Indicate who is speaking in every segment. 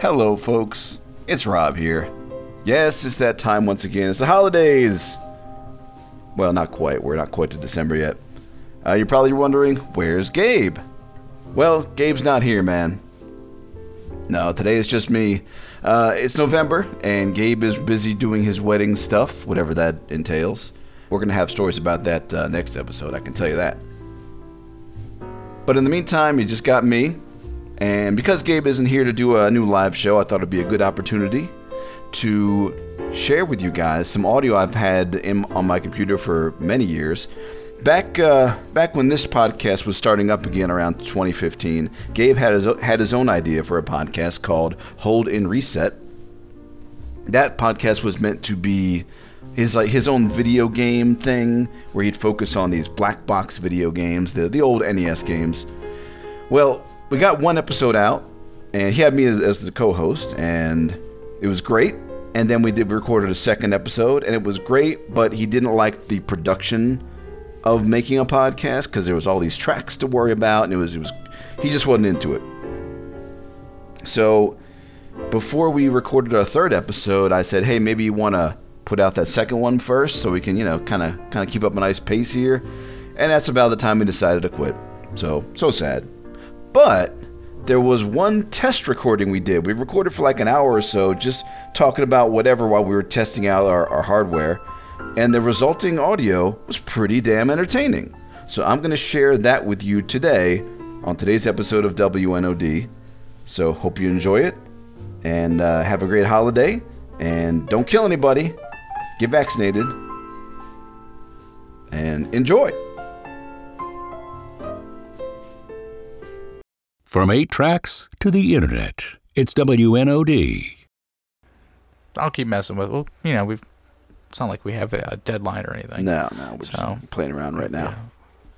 Speaker 1: Hello, folks. It's Rob here. Yes, it's that time once again. It's the holidays. Well, not quite. We're not quite to December yet. Uh, you're probably wondering, where's Gabe? Well, Gabe's not here, man. No, today it's just me. Uh, it's November, and Gabe is busy doing his wedding stuff, whatever that entails. We're going to have stories about that uh, next episode, I can tell you that. But in the meantime, you just got me. And because Gabe isn't here to do a new live show, I thought it'd be a good opportunity to share with you guys some audio I've had in, on my computer for many years. Back uh, back when this podcast was starting up again around 2015, Gabe had his, o- had his own idea for a podcast called Hold in Reset. That podcast was meant to be his like his own video game thing where he'd focus on these black box video games, the the old NES games. Well, we got one episode out, and he had me as, as the co-host, and it was great. And then we did we recorded a second episode, and it was great, but he didn't like the production of making a podcast because there was all these tracks to worry about, and it was it was he just wasn't into it. So before we recorded our third episode, I said, "Hey, maybe you want to put out that second one first, so we can, you know, kind of kind of keep up a nice pace here." And that's about the time we decided to quit. So so sad. But there was one test recording we did. We recorded for like an hour or so, just talking about whatever while we were testing out our, our hardware, and the resulting audio was pretty damn entertaining. So I'm going to share that with you today on today's episode of WNOD. So hope you enjoy it and uh, have a great holiday. And don't kill anybody. Get vaccinated. And enjoy.
Speaker 2: From eight tracks to the internet, it's WNOD.
Speaker 3: I'll keep messing with. Well, you know, we've. It's not like we have a deadline or anything.
Speaker 1: No, no, we're
Speaker 3: So-
Speaker 1: just playing around right now.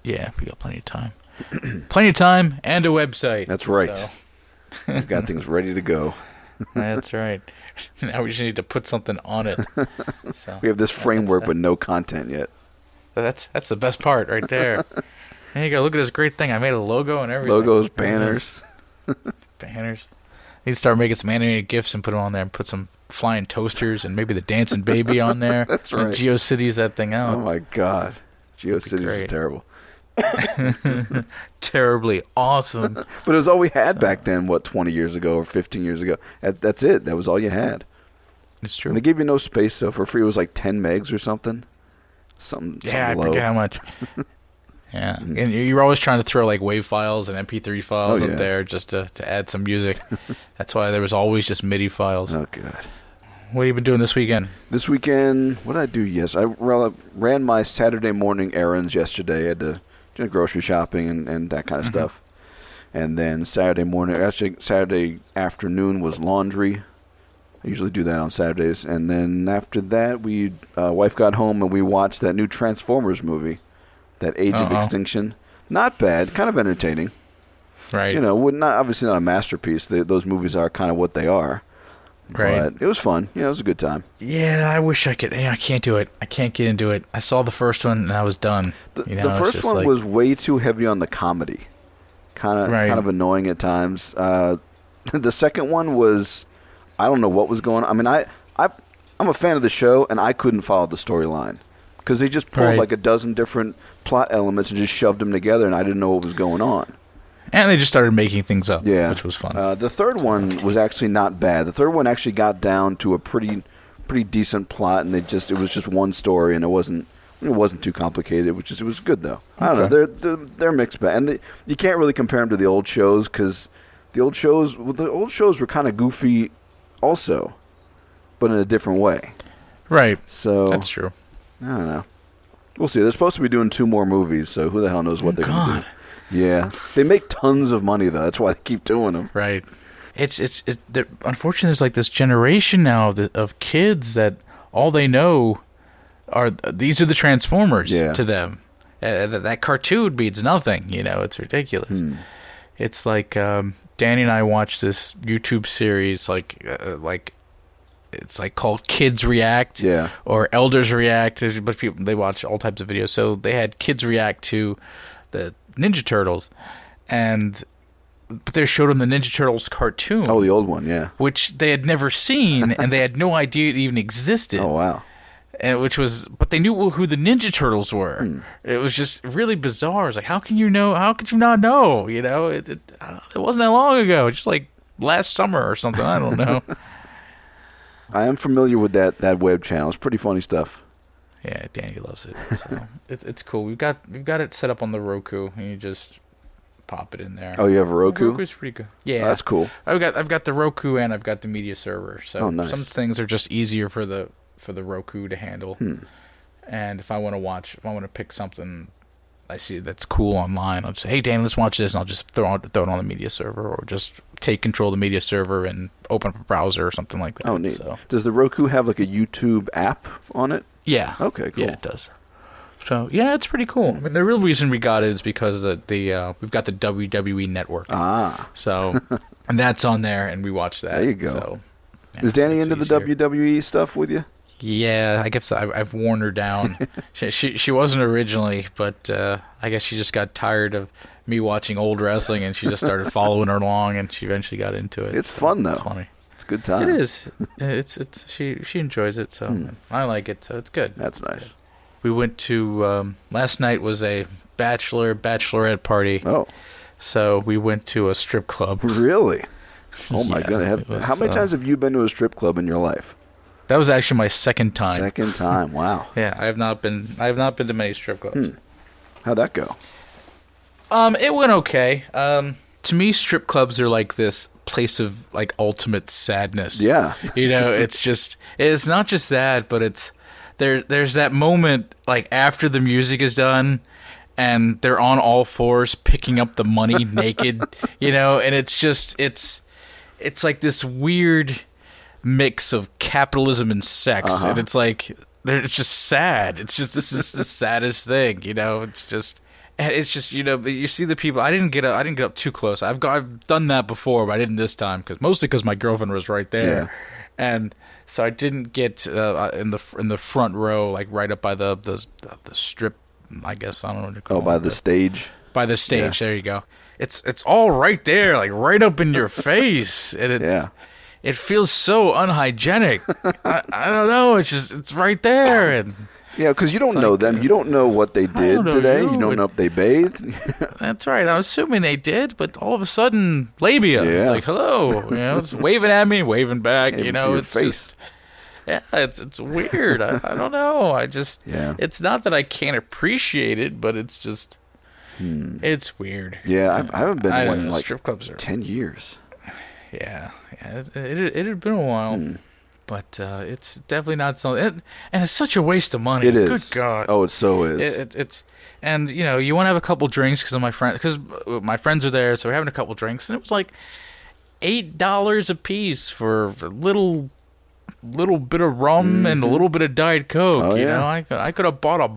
Speaker 3: Yeah, we got plenty of time. plenty of time and a website.
Speaker 1: That's right.
Speaker 3: So,
Speaker 1: We've got things ready to go.
Speaker 3: that's right. Now we just need to put something on it. So
Speaker 1: We have this framework, but no content yet.
Speaker 3: that's that's the best part right there. There you go. Look at this great thing. I made a logo and everything.
Speaker 1: Logos, banners.
Speaker 3: banners. Need to start making some animated gifs and put them on there and put some flying toasters and maybe the dancing baby on there.
Speaker 1: That's
Speaker 3: And
Speaker 1: right.
Speaker 3: GeoCities that thing out.
Speaker 1: Oh my God. GeoCities is
Speaker 3: great.
Speaker 1: terrible.
Speaker 3: Terribly awesome.
Speaker 1: But it was all we had back then, what, 20 years ago or 15 years ago. That, that's it. That was all you had.
Speaker 3: It's
Speaker 1: And
Speaker 3: true.
Speaker 1: they gave you no space, so for free it was like 10 megs or something. Something,
Speaker 3: Yeah, I
Speaker 1: something low.
Speaker 3: forget how much. Yeah, and you- you're always trying to throw like WAV files and MP3 files
Speaker 1: Oh, yeah.
Speaker 3: up there just to, to add some music. That's why there was always just MIDI files.
Speaker 1: Oh, God.
Speaker 3: What have you been doing this weekend?
Speaker 1: This weekend, what did I do? Yes, I ra- ran my Saturday morning errands yesterday. I had to do grocery shopping and, and that
Speaker 3: Mm-hmm.
Speaker 1: kind of stuff. And then Saturday morning, actually Saturday afternoon was laundry. I usually do that on Saturdays. And then after that, we uh, wife got home and we watched that new Transformers movie, that Age of
Speaker 3: Uh-oh.
Speaker 1: Extinction. Not bad, kind of entertaining.
Speaker 3: Right,
Speaker 1: You know, would not obviously not a masterpiece. They, those movies are kind of what they are.
Speaker 3: right.
Speaker 1: But it was fun. Yeah, it was a good time.
Speaker 3: yeah, I wish I could. Yeah, I can't do it. I can't get into it. I saw the first one and I was done.
Speaker 1: The,
Speaker 3: You know,
Speaker 1: the
Speaker 3: it's
Speaker 1: first
Speaker 3: just
Speaker 1: one
Speaker 3: like-
Speaker 1: was way too heavy on the comedy, kind of
Speaker 3: Right.
Speaker 1: kind of annoying at times. Uh, the second one was, I don't know what was going. on. I mean, I I I'm a fan of the show, and I couldn't follow the storyline because they just pulled
Speaker 3: Right.
Speaker 1: like a dozen different plot elements and just shoved them together, and I didn't know what was going on.
Speaker 3: and they just started making things up.
Speaker 1: Yeah,
Speaker 3: which was fun.
Speaker 1: Uh, the third one was actually not bad. The third one actually got down to a pretty pretty decent plot, and they just it was just one story, and it wasn't it wasn't too complicated, which is it was good though. I don't know.
Speaker 3: Okay.
Speaker 1: They're they're, they're mixed bag, and they, you can't really compare them to the old shows because the old shows well, the old shows were kind of goofy, also, but in a different way.
Speaker 3: right,
Speaker 1: So
Speaker 3: that's true.
Speaker 1: I don't know. We'll see. They're supposed to be doing two more movies, so who the hell knows what they're going
Speaker 3: Oh God.
Speaker 1: to do? Yeah, they make tons of money though. That's why they keep doing them.
Speaker 3: Right. It's it's it, there, unfortunately there's like this generation now of, the, of kids that all they know are these are the Transformers
Speaker 1: Yeah.
Speaker 3: to them. Uh, that, that cartoon means nothing. You know, it's ridiculous.
Speaker 1: Hmm.
Speaker 3: It's like um, Danny and I watched this YouTube series like uh, like it's like called Kids React
Speaker 1: Yeah.
Speaker 3: or Elders React. There's a bunch of people they watch all types of videos. So they had kids react to the Ninja Turtles, and but they showed him the Ninja Turtles cartoon,
Speaker 4: Oh, the old one, yeah.
Speaker 3: which they had never seen and they had no idea it even existed.
Speaker 4: Oh wow.
Speaker 3: and which was but they knew who the ninja turtles were
Speaker 4: Hmm.
Speaker 3: it was just really bizarre it's like how can you know how could you not know you know it, it, uh, it wasn't that long ago just like last summer or something i don't know
Speaker 4: I am familiar with that that web channel. It's pretty funny stuff.
Speaker 3: yeah danny loves it so it, it's cool we've got we've got it set up on the roku and you just pop it in there
Speaker 4: Oh, you have a Roku?
Speaker 3: Roku's pretty good. Yeah,
Speaker 4: Oh, that's cool.
Speaker 3: I've got I've got the Roku and I've got the media server. So
Speaker 4: Oh, nice.
Speaker 3: some things are just easier for the for the Roku to handle.
Speaker 4: Hmm.
Speaker 3: And if I want to watch, if I want to pick something, I see that's cool online. I'll say, hey Dan, let's watch this, and I'll just throw it, throw it on the media server, or just take control of the media server and open up a browser or something like that.
Speaker 4: Oh, neat.
Speaker 3: So,
Speaker 4: Does the Roku have like a YouTube app on it?
Speaker 3: yeah.
Speaker 4: Okay, cool.
Speaker 3: Yeah, it does. So yeah, it's pretty cool. I mean, the real reason we got it is because the, the uh, we've got the WWE network.
Speaker 4: Ah,
Speaker 3: So and that's on there, and we watch that.
Speaker 4: There you go.
Speaker 3: So, yeah,
Speaker 4: is Danny
Speaker 3: it's
Speaker 4: into the
Speaker 3: easier.
Speaker 4: WWE stuff with you?
Speaker 3: Yeah, I guess I've, I've worn her down. she, she she wasn't originally, but uh, I guess she just got tired of me watching old wrestling, and she just started following her along, and she eventually got into it.
Speaker 4: It's fun though. Uh.
Speaker 3: It's funny.
Speaker 4: It's a good time.
Speaker 3: It is. It's it's she she enjoys it, so
Speaker 4: Hmm.
Speaker 3: I like it. So it's good.
Speaker 4: That's nice.
Speaker 3: We went to um, last night was a bachelor bachelorette party,
Speaker 4: Oh,
Speaker 3: so we went to a strip club.
Speaker 4: really? Oh my
Speaker 3: Yeah,
Speaker 4: god! Have,
Speaker 3: it was,
Speaker 4: how many
Speaker 3: uh,
Speaker 4: times have you been to a strip club in your life?
Speaker 3: That was actually my second time.
Speaker 4: Second time. Wow.
Speaker 3: Yeah, I have not been. I have not been to many strip clubs.
Speaker 4: How'd that go?
Speaker 3: Um, it went okay. Um, to me, strip clubs are like this place of like ultimate sadness.
Speaker 4: Yeah.
Speaker 3: you know, it's just it's not just that, but it's there. There's that moment like after the music is done. And they're on all fours picking up the money naked, you know, and it's just it's it's like this weird mix of capitalism and sex, and it's like they're it's just sad. It's just this is the saddest thing, you know. It's just and it's just you know you see the people. I didn't get up, I didn't get up too close. I've got, I've done that before, but I didn't this time because mostly because my girlfriend was right there. And so I didn't get uh, in the in the front row, like right up by the the, the strip. I guess I don't know what you call
Speaker 4: Oh, by
Speaker 3: it
Speaker 4: the stage.
Speaker 3: by the stage. There you go. It's it's all right there, like right up in your face, and it's
Speaker 4: Yeah.
Speaker 3: it feels so unhygienic. I, I don't know. It's just it's right there, and
Speaker 4: Yeah, because you don't know them. You don't know what they did
Speaker 3: uh, don't know
Speaker 4: today.
Speaker 3: you.
Speaker 4: You don't know if they bathed.
Speaker 3: that's right. I'm assuming they did, but all of a sudden, labia. It's
Speaker 4: Yeah.
Speaker 3: like hello, you know, it's waving at me, waving back.
Speaker 4: Can't
Speaker 3: You
Speaker 4: even see
Speaker 3: know,
Speaker 4: your
Speaker 3: it's
Speaker 4: face.
Speaker 3: just yeah, it's it's weird. I, I don't know. I just
Speaker 4: Yeah.
Speaker 3: It's not that I can't appreciate it, but it's just it's weird.
Speaker 4: yeah, I, I haven't Hmm. been
Speaker 3: I
Speaker 4: to
Speaker 3: don't
Speaker 4: one in
Speaker 3: know.
Speaker 4: like
Speaker 3: strip clubs are
Speaker 4: ten years.
Speaker 3: Yeah, yeah it, it, it had been a while,
Speaker 4: Hmm.
Speaker 3: but uh, it's definitely not something. It, and it's such a waste of money.
Speaker 4: It is.
Speaker 3: Good God.
Speaker 4: Oh, it so is.
Speaker 3: It, it, it's and you know you want to have a couple drinks because my friend because my friends are there, so we're having a couple drinks, and it was like eight dollars a piece for a little little bit of rum and a little bit of diet coke.
Speaker 4: Mm-hmm. Oh,
Speaker 3: you
Speaker 4: yeah.
Speaker 3: know, I could I could have bought a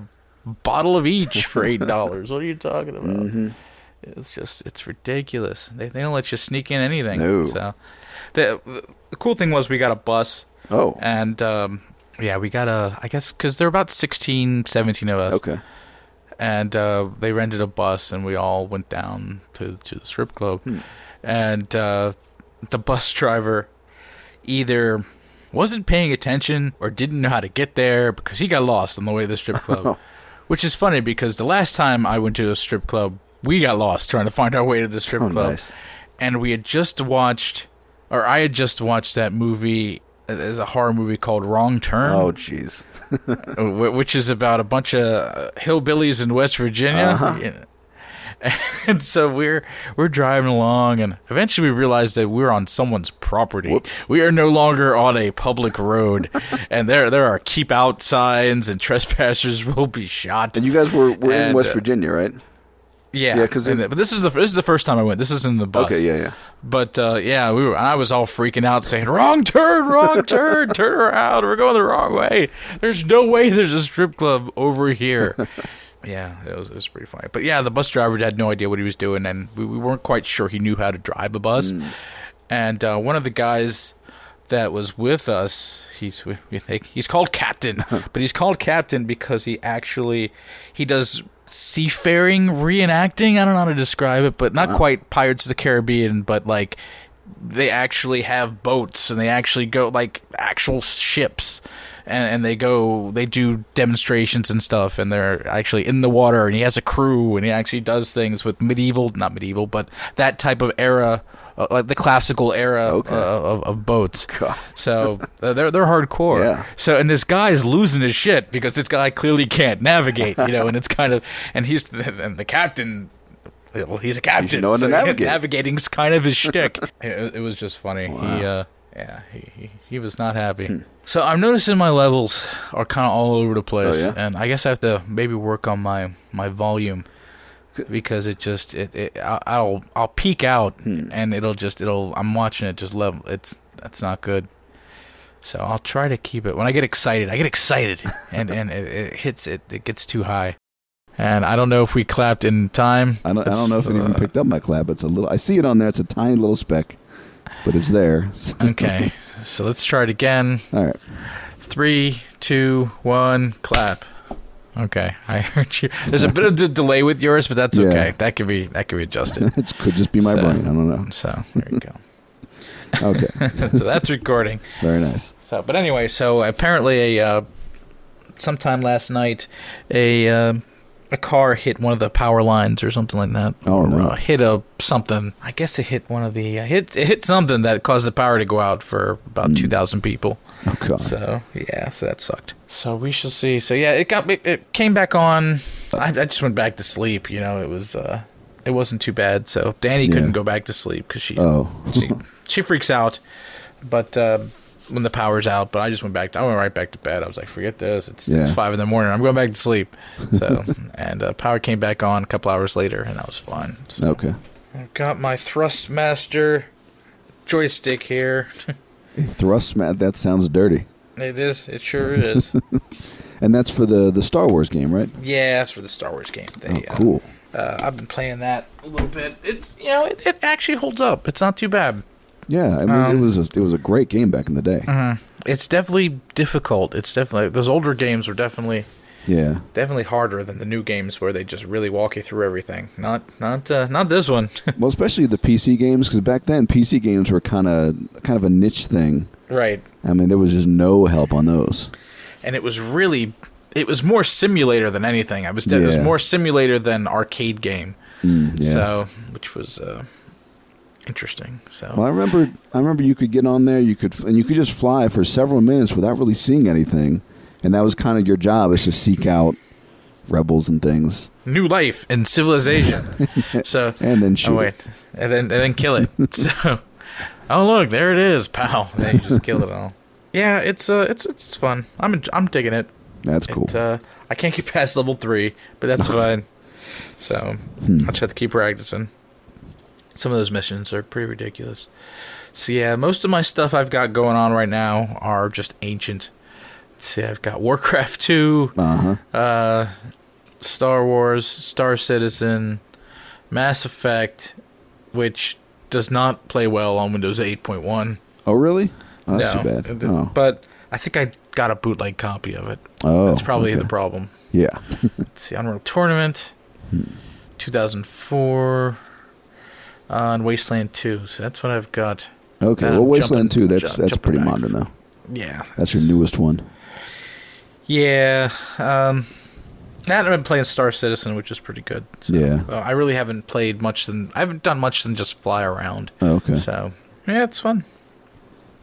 Speaker 3: bottle of each for eight dollars. what are you talking about?
Speaker 4: Mm-hmm.
Speaker 3: It's just it's ridiculous. They they don't let you sneak in anything.
Speaker 4: No.
Speaker 3: So the, the cool thing was we got a bus
Speaker 4: oh,
Speaker 3: and um, yeah, we got a I guess cuz there're about 16 17 of us.
Speaker 4: okay.
Speaker 3: And uh, they rented a bus and we all went down to to the strip club.
Speaker 4: Hmm.
Speaker 3: And uh, the bus driver either wasn't paying attention or didn't know how to get there because he got lost on the way to the strip club. Which is funny because the last time I went to a strip club, we got lost trying to find our way to the strip
Speaker 4: Oh,
Speaker 3: club.
Speaker 4: nice.
Speaker 3: And we had just watched, or I had just watched that movie. uh, There's a horror movie called Wrong Turn
Speaker 4: Oh, jeez.
Speaker 3: wh- which is about a bunch of uh, hillbillies in West Virginia.
Speaker 4: Uh-huh.
Speaker 3: Yeah. And so we're we're driving along, and eventually we realize that we're on someone's property. We are no longer on a public road, and there there are keep out signs, and trespassers will be shot.
Speaker 4: And you guys were, were in
Speaker 3: And,
Speaker 4: West
Speaker 3: uh,
Speaker 4: Virginia, right?
Speaker 3: yeah,
Speaker 4: yeah, 'cause
Speaker 3: And
Speaker 4: it-
Speaker 3: the- but this is the this is the first time I went. This is in the bus.
Speaker 4: Okay, yeah, yeah.
Speaker 3: But uh, yeah, we were. and I was all freaking out, saying, "Wrong turn, wrong turn, turn around. We're going the wrong way. There's no way there's a strip club over here." yeah, it was, it was pretty funny. But yeah, the bus driver had no idea what he was doing, and we, we weren't quite sure he knew how to drive a bus. And uh, one of the guys that was with us, he's we think he's called Captain, but he's called Captain because he actually he does seafaring reenacting. I don't know how to describe it, but not quite Pirates of the Caribbean, but like they actually have boats and they actually go like actual ships and, and they go they do demonstrations and stuff and they're actually in the water and he has a crew and he actually does things with medieval not medieval but that type of era uh, like the classical era
Speaker 1: Okay.
Speaker 3: uh, of, of boats
Speaker 1: God.
Speaker 3: so uh, they're they're hardcore
Speaker 1: Yeah.
Speaker 3: so and this guy is losing his shit because this guy clearly can't navigate, you know, and it's kind of and he's and the captain, well, he's a captain,
Speaker 1: know how to navigate.
Speaker 3: Navigating's kind of his shtick. it, it was just funny. He, uh, yeah, he, he he was not happy.
Speaker 1: Hmm.
Speaker 3: So I'm noticing my levels are kind of all over the place,
Speaker 1: Oh, yeah?
Speaker 3: and I guess I have to maybe work on my my volume because it just it, it I'll- I'll I'll peek out
Speaker 1: Hmm.
Speaker 3: and it'll just it'll I'm watching it just level it's that's not good. So I'll try to keep it. When I get excited, I get excited, and and it, it hits it. It gets too high, and I don't know if we clapped in time.
Speaker 1: I don't, I
Speaker 3: That's,
Speaker 1: don't know if it even
Speaker 3: uh,
Speaker 1: picked up my clap. It's a little. I see it on there. It's a tiny little speck, but it's there.
Speaker 3: Okay, so let's try it again.
Speaker 1: All right.
Speaker 3: Three, two, one, clap. Okay, I heard you. There's a bit of d- delay with yours, but that's
Speaker 1: Yeah.
Speaker 3: okay. That could be that could be adjusted.
Speaker 1: It could just be my
Speaker 3: So-
Speaker 1: brain. I don't know.
Speaker 3: So there you go.
Speaker 1: Okay.
Speaker 3: so that's recording.
Speaker 1: Very nice.
Speaker 3: So, but anyway, so apparently, a uh, sometime last night, a uh, a car hit one of the power lines or something like that.
Speaker 1: Oh,
Speaker 3: Or,
Speaker 1: no.
Speaker 3: uh, hit a something. I guess it hit one of the uh, hit it hit something that caused the power to go out for
Speaker 1: Hmm.
Speaker 3: about two thousand people.
Speaker 1: Oh God.
Speaker 3: So yeah, so that sucked. So we shall see. So yeah, it got it, it came back on. I, I just went back to sleep. You know, it was uh, it wasn't too bad. So Danny couldn't go back to sleep because she
Speaker 1: Oh.
Speaker 3: she she freaks out. But uh, when the power's out, but I just went back. To, I went right back to bed. I was like, forget this. It's it's
Speaker 1: Yeah.
Speaker 3: five in the morning. I'm going back to sleep. So and uh, power came back on a couple hours later, and I was fine. So
Speaker 1: Okay.
Speaker 3: I've got my Thrustmaster joystick here.
Speaker 1: Thrust mat. That sounds dirty.
Speaker 3: it is. It sure is.
Speaker 1: And that's for the the Star Wars game, right?
Speaker 3: Yeah, that's for the Star Wars game. They, uh,
Speaker 1: Oh, Cool.
Speaker 3: Uh, I've been playing that a little bit. It's you know it, it actually holds up. It's not too bad.
Speaker 1: Yeah. I mean,
Speaker 3: Um,
Speaker 1: it was a, it was a great game back in the day.
Speaker 3: uh-huh. It's definitely difficult. It's definitely those older games were definitely
Speaker 1: Yeah.
Speaker 3: definitely harder than the new games where they just really walk you through everything. Not not uh, not this one.
Speaker 1: Well, especially the PC games, because back then PC games were kind of kind of a niche thing.
Speaker 3: right.
Speaker 1: I mean, there was just no help on those.
Speaker 3: And it was really it was more simulator than anything. I was it was
Speaker 1: Yeah.
Speaker 3: more simulator than arcade game.
Speaker 1: Mm, Yeah.
Speaker 3: So which was uh, interesting. So
Speaker 1: Well, I remember, I remember you could get on there, you could, and you could just fly for several minutes without really seeing anything, and that was kind of your job is to seek out rebels and things.
Speaker 3: new life and civilization. so
Speaker 1: And then shoot
Speaker 3: Oh wait, and then and then kill it. so oh look, there it is, pal. And then you just kill it all. Yeah, it's uh, it's it's fun. I'm en- I'm digging it.
Speaker 1: That's cool.
Speaker 3: It, uh, I can't get past level three, but that's fine. So I'll just have to keep practicing. Some of those missions are pretty ridiculous. So yeah, most of my stuff I've got going on right now are just ancient. Let's see, I've got Warcraft two,
Speaker 1: uh huh.
Speaker 3: uh, Star Wars, Star Citizen, Mass Effect, which does not play well on Windows 8.1.
Speaker 1: Oh really? Oh, that's
Speaker 3: no,
Speaker 1: too bad.
Speaker 3: Uh,
Speaker 1: Oh.
Speaker 3: But I think I got a bootleg copy of it.
Speaker 1: Oh,
Speaker 3: That's probably
Speaker 1: okay.
Speaker 3: the problem.
Speaker 1: yeah.
Speaker 3: Let's see, Unreal Tournament,
Speaker 1: Hmm.
Speaker 3: 2004, uh, and Wasteland 2. So that's what I've got.
Speaker 1: Okay.
Speaker 3: Then
Speaker 1: well,
Speaker 3: I'm
Speaker 1: Wasteland
Speaker 3: Uh,
Speaker 1: Two.
Speaker 3: jumping-
Speaker 1: That's
Speaker 3: ju-
Speaker 1: that's
Speaker 3: jumping
Speaker 1: pretty
Speaker 3: back.
Speaker 1: modern though.
Speaker 3: Yeah.
Speaker 1: That's your newest one.
Speaker 3: Yeah. Um, and I've been playing Star Citizen, which is pretty good. So,
Speaker 1: Yeah.
Speaker 3: uh, I really haven't played much than I haven't done much than just fly around.
Speaker 1: Oh, okay.
Speaker 3: So yeah, it's fun.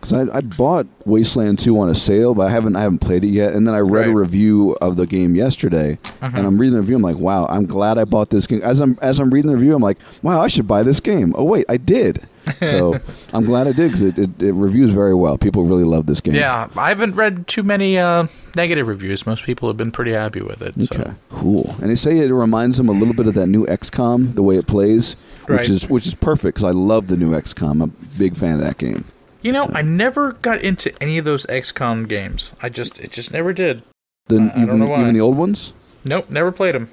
Speaker 1: Because I, I bought Wasteland Two on a sale, but I haven't I haven't played it yet. And then I read a
Speaker 3: Right. Uh-huh.
Speaker 1: review of the game yesterday, and I'm reading the review. I'm like, wow, I'm glad I bought this game. As I'm as I'm reading the review, I'm like, wow, I should buy this game. Oh wait, I did. So I'm glad I did because it, it, it reviews very well. People really love this game.
Speaker 3: Yeah, I haven't read too many uh, negative reviews. Most people have been pretty happy with it.
Speaker 1: Okay.
Speaker 3: So.
Speaker 1: Cool. And they say it reminds them a little bit of that new XCOM, the way it plays,
Speaker 3: Right.
Speaker 1: which is which is perfect because I love the new XCOM. I'm a big fan of that game.
Speaker 3: You know, I never got into any of those XCOM games. I just it just never did.
Speaker 1: The,
Speaker 3: I- I don't
Speaker 1: even,
Speaker 3: know why.
Speaker 1: even the old ones.
Speaker 3: Nope, never played them.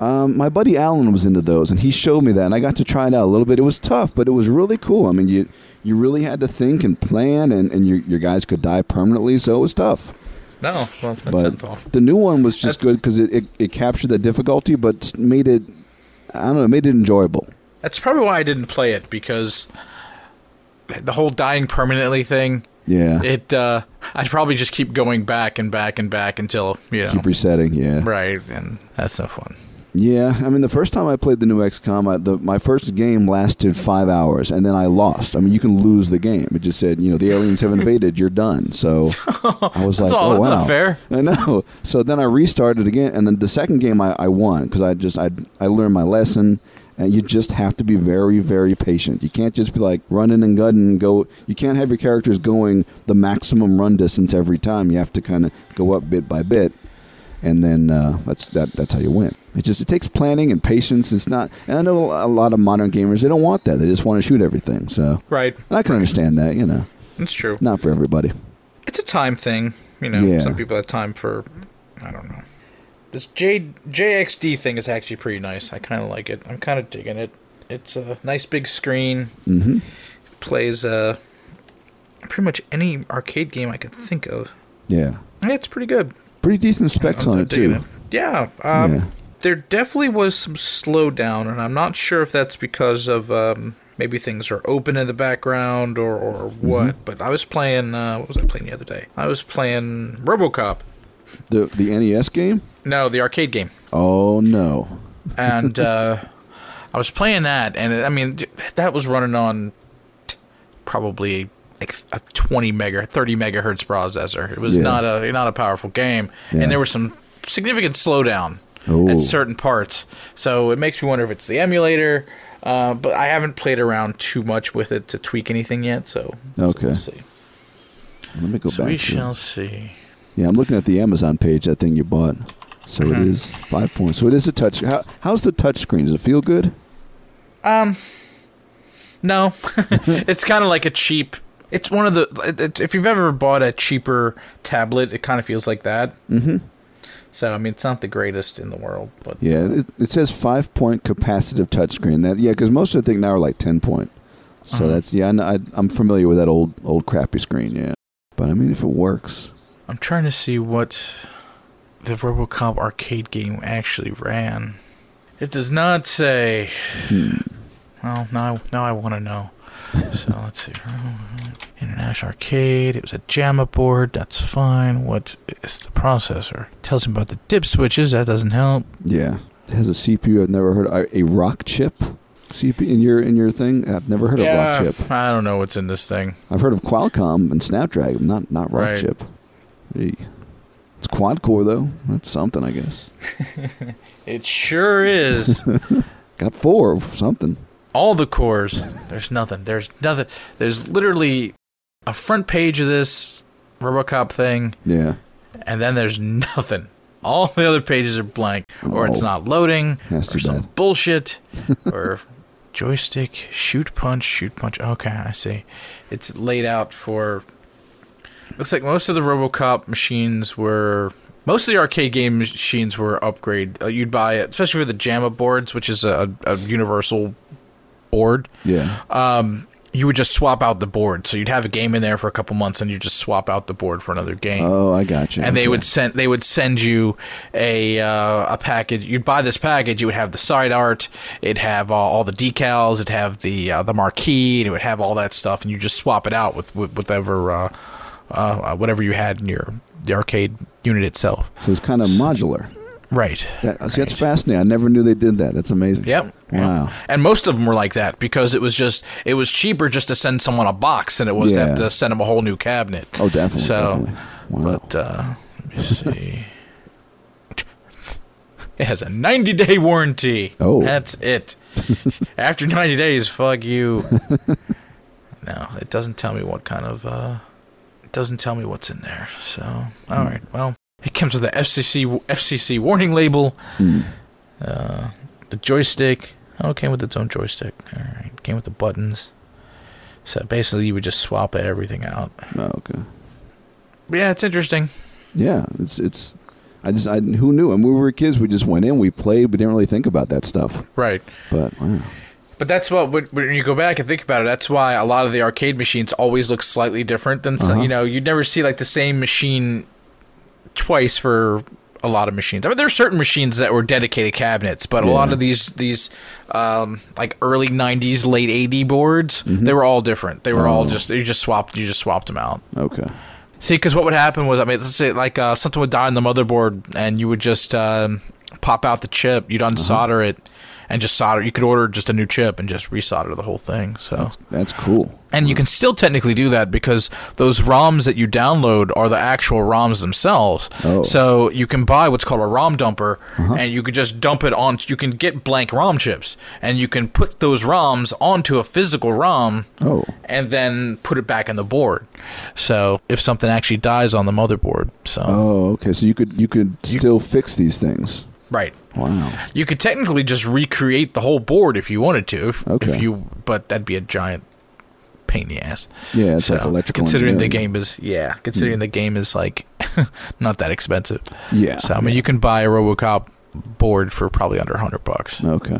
Speaker 1: Um, my buddy Alan was into those, and he showed me that, and I got to try it out a little bit. It was tough, but it was really cool. I mean, you you really had to think and plan, and, and your, your guys could die permanently, so it was tough.
Speaker 3: No, well, that
Speaker 1: but
Speaker 3: sounds awful.
Speaker 1: the new one was just good because it, it, it captured the difficulty but made it i don't know made it enjoyable
Speaker 3: That's probably why I didn't play it because the whole dying permanently thing.
Speaker 1: yeah
Speaker 3: It. uh I'd probably just keep going back and back and back until you know.
Speaker 1: keep resetting yeah
Speaker 3: right, and that's no fun.
Speaker 1: yeah i mean the first time i played the new xcom I, the, my first game lasted five hours and then i lost i mean you can lose the game it just said you know the aliens have invaded you're done so i was
Speaker 3: That's
Speaker 1: like
Speaker 3: all.
Speaker 1: oh
Speaker 3: that's
Speaker 1: wow
Speaker 3: not fair.
Speaker 1: I know. So then I restarted again, and then the second game I, I won because I just I I learned my lesson. And you just have to be very, very patient. You can't just be like running and gunning. And go. You can't have your characters going the maximum run distance every time. You have to kind of go up bit by bit, and then uh, that's that. That's how you win. It just it takes planning and patience. It's not. And I know a lot of modern gamers they don't want that. They just want to shoot everything. So
Speaker 3: Right.
Speaker 1: and I can understand that. You know,
Speaker 3: That's true.
Speaker 1: not for everybody.
Speaker 3: It's a time thing, you know.
Speaker 1: Yeah.
Speaker 3: Some people have time for, I don't know. This J JXD thing is actually pretty nice. I kind of like it. I'm kind of digging it. It's a nice big screen.
Speaker 1: hmm
Speaker 3: Plays uh, pretty much any arcade game I could think of.
Speaker 1: Yeah,
Speaker 3: Yeah, it's pretty good.
Speaker 1: pretty decent specs
Speaker 3: I'm-
Speaker 1: on
Speaker 3: I'm
Speaker 1: it
Speaker 3: digging
Speaker 1: too.
Speaker 3: Yeah. Um,
Speaker 1: Yeah.
Speaker 3: There definitely was some slowdown, and I'm not sure if that's because of um, maybe things are open in the background or, or
Speaker 1: Mm-hmm.
Speaker 3: what. But I was playing. Uh, what was I playing the other day? I was playing RoboCop.
Speaker 1: The the NES game.
Speaker 3: No, the arcade game.
Speaker 1: Oh no.
Speaker 3: And uh, I was playing that, and it, I mean, d- that was running on t- probably like a 20 mega, 30 megahertz processor. It was
Speaker 1: Yeah.
Speaker 3: not a not a powerful game,
Speaker 1: Yeah.
Speaker 3: and there was some significant slowdown
Speaker 1: Ooh.
Speaker 3: at certain parts. So it makes me wonder if it's the emulator. Uh, but I haven't played around too much with it to tweak anything yet, so so
Speaker 1: Okay.
Speaker 3: we'll see.
Speaker 1: Let me go
Speaker 3: So
Speaker 1: back.
Speaker 3: we
Speaker 1: to-
Speaker 3: shall see.
Speaker 1: Yeah, I'm looking at the Amazon page. That thing you bought. So it is five points. So it is a touch. How, how's the touch screen? Does it feel good?
Speaker 3: No, it's kind of like a cheap. It's one of the. It, it's- if you've ever bought a cheaper tablet, it kind of feels like that. Mm-hmm. So I mean, it's not the greatest in the world, but
Speaker 1: Yeah, it, it says five point capacitive touch screen. That yeah, because most of the thing now are like ten point. So
Speaker 3: Uh-huh.
Speaker 1: that's yeah. I, know- I, I'm familiar with that old old crappy screen. Yeah, but I mean, if it works,
Speaker 3: I'm trying to see what the RoboCop arcade game actually ran. It does not say. Well, now now I want to know. so let's see. International Arcade. It was a JAMA board. That's fine. What is the processor? Tells him about the dip switches. That doesn't help.
Speaker 1: yeah, it has a CPU I've never heard. A, a rock chip CPU in your in your thing. I've never heard of rock chip.
Speaker 3: I don't know what's in this thing.
Speaker 1: I've heard of Qualcomm and Snapdragon, not not Rock
Speaker 3: Right.
Speaker 1: Chip. Hey. It's quad core though. That's something, I guess.
Speaker 3: It sure is.
Speaker 1: Got four of something.
Speaker 3: All the cores. There's nothing. There's nothing. There's literally a front page of this RoboCop thing,
Speaker 1: Yeah,
Speaker 3: and then there's nothing. All the other pages are blank, or it's
Speaker 1: Oh.
Speaker 3: not loading,
Speaker 1: That's
Speaker 3: or
Speaker 1: too
Speaker 3: some
Speaker 1: bad.
Speaker 3: bullshit, or joystick shoot punch shoot punch. Okay, I see. It's laid out for. Looks like most of the RoboCop machines were. Most of the arcade game machines were upgrade. Uh, you'd buy it, especially for the JAMA boards, which is a, a universal board
Speaker 1: yeah.
Speaker 3: um, you would just swap out the board. So you'd have a game in there for a couple months, and you just swap out the board for another game.
Speaker 1: oh, I got you.
Speaker 3: and they
Speaker 1: Okay.
Speaker 3: would send they would send you a uh, a package. You'd buy this package. You would have the side art. It'd have all, all the decals. It'd have the uh, the marquee. And it would have all that stuff. And you just swap it out with, with whatever uh, uh, whatever you had in your the arcade unit itself.
Speaker 1: So it's kind of modular.
Speaker 3: Right.
Speaker 1: That, See, that's fascinating. I never knew they did that. That's amazing.
Speaker 3: Yep.
Speaker 1: Wow.
Speaker 3: Yep. And most of them were like that because it was just it was cheaper just to send someone a box than it was to
Speaker 1: Yeah.
Speaker 3: have to send them a whole new cabinet.
Speaker 1: Oh, definitely.
Speaker 3: So,
Speaker 1: definitely. Wow.
Speaker 3: but uh, let me see. it has a 90 day warranty.
Speaker 1: Oh.
Speaker 3: that's it. After 90 days, fuck you. no, it doesn't tell me what kind of. Uh, it doesn't tell me what's in there. So, all right. Well, it comes with a FCC FCC warning label.
Speaker 1: Hmm.
Speaker 3: Uh, the joystick. Oh, it came with its own joystick. All right. Came with the buttons. So basically, you would just swap everything out.
Speaker 1: Oh, okay.
Speaker 3: But yeah, it's interesting.
Speaker 1: Yeah. It's it's. I just I who knew? And when we were kids, we just went in, we played, we didn't really think about that stuff.
Speaker 3: Right.
Speaker 1: But wow.
Speaker 3: But that's what when when you go back and think about it, that's why a lot of the arcade machines always look slightly different than so-
Speaker 1: Uh-huh.
Speaker 3: you know. You'd never see like the same machine twice for a lot of machines. I mean, there are certain machines that were dedicated cabinets, but a lot of these these um, like early '90s, late '80 boards, they were all different. They were all just you just swapped you just swapped them out.
Speaker 1: Okay.
Speaker 3: See, because what would happen was, I mean, let's say like uh, something would die on the motherboard, and you would just um, pop out the chip, you'd
Speaker 1: Uh-huh.
Speaker 3: unsolder it, and just solder. You could order just a new chip and just resolder the whole thing. So
Speaker 1: That's cool.
Speaker 3: and you can still technically do that because those ROMs that you download are the actual ROMs themselves.
Speaker 1: Oh. Uh-huh.
Speaker 3: So you can buy what's called a ROM dumper, and you could just dump it on. You can get blank ROM chips, and you can put those ROMs onto a physical ROM,
Speaker 1: Oh.
Speaker 3: and then put it back on the board. So if something actually dies on the motherboard, so
Speaker 1: Oh, okay. So you could you could still fix these things.
Speaker 3: right.
Speaker 1: Wow.
Speaker 3: You could technically just recreate the whole board if you wanted to. If,
Speaker 1: Okay.
Speaker 3: if you, but that'd be a giant pain in the ass.
Speaker 1: Yeah, it's like electrical
Speaker 3: Considering the
Speaker 1: engineering. Hmm.
Speaker 3: game is yeah, considering the game is like not that expensive.
Speaker 1: Yeah.
Speaker 3: So I mean, you can buy a RoboCop board for probably under hundred bucks,
Speaker 1: Okay.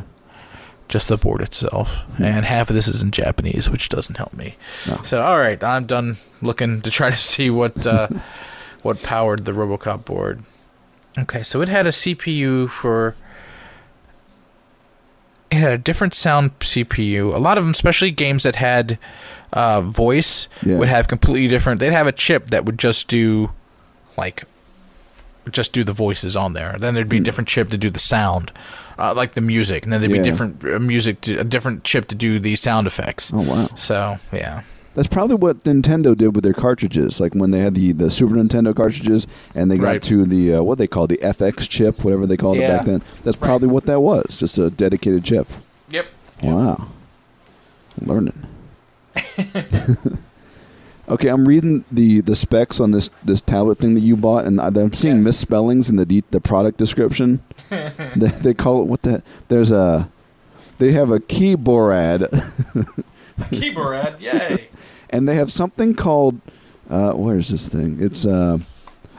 Speaker 3: just the board itself, and half of this is in Japanese, which doesn't help me.
Speaker 1: No.
Speaker 3: So all right, I'm done looking to try to see what uh, what powered the RoboCop board. Okay, so it had a CPU for. It had a different sound CPU. A lot of them, especially games that had uh, voice,
Speaker 1: Yeah.
Speaker 3: would have completely different. They'd have a chip that would just do, like, just do the voices on there. Then there'd be a different chip to do the sound, uh, like the music. And then there'd
Speaker 1: Hmm. Yeah.
Speaker 3: be different uh, music, to, a different chip to do the sound effects.
Speaker 1: Oh wow.
Speaker 3: So yeah,
Speaker 1: That's probably what Nintendo did with their cartridges. Like when they had the, the Super Nintendo cartridges, and they
Speaker 3: Right.
Speaker 1: got to the uh, what they call the FX chip, whatever they called it
Speaker 3: Yeah.
Speaker 1: back then. That's probably what that was, just a dedicated chip.
Speaker 3: yep.
Speaker 1: Wow, learning. okay, I'm reading the, the specs on this, this tablet thing that you bought, and I- I'm seeing
Speaker 3: Yeah.
Speaker 1: misspellings in the de- the product description. they, they call it what the there's a they have a keyboard.
Speaker 3: Keyboard, yay!
Speaker 1: and they have something called uh, where's this thing it's uh,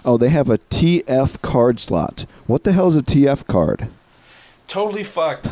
Speaker 1: oh they have a tf card slot what the hell is a tf card
Speaker 3: totally fucked.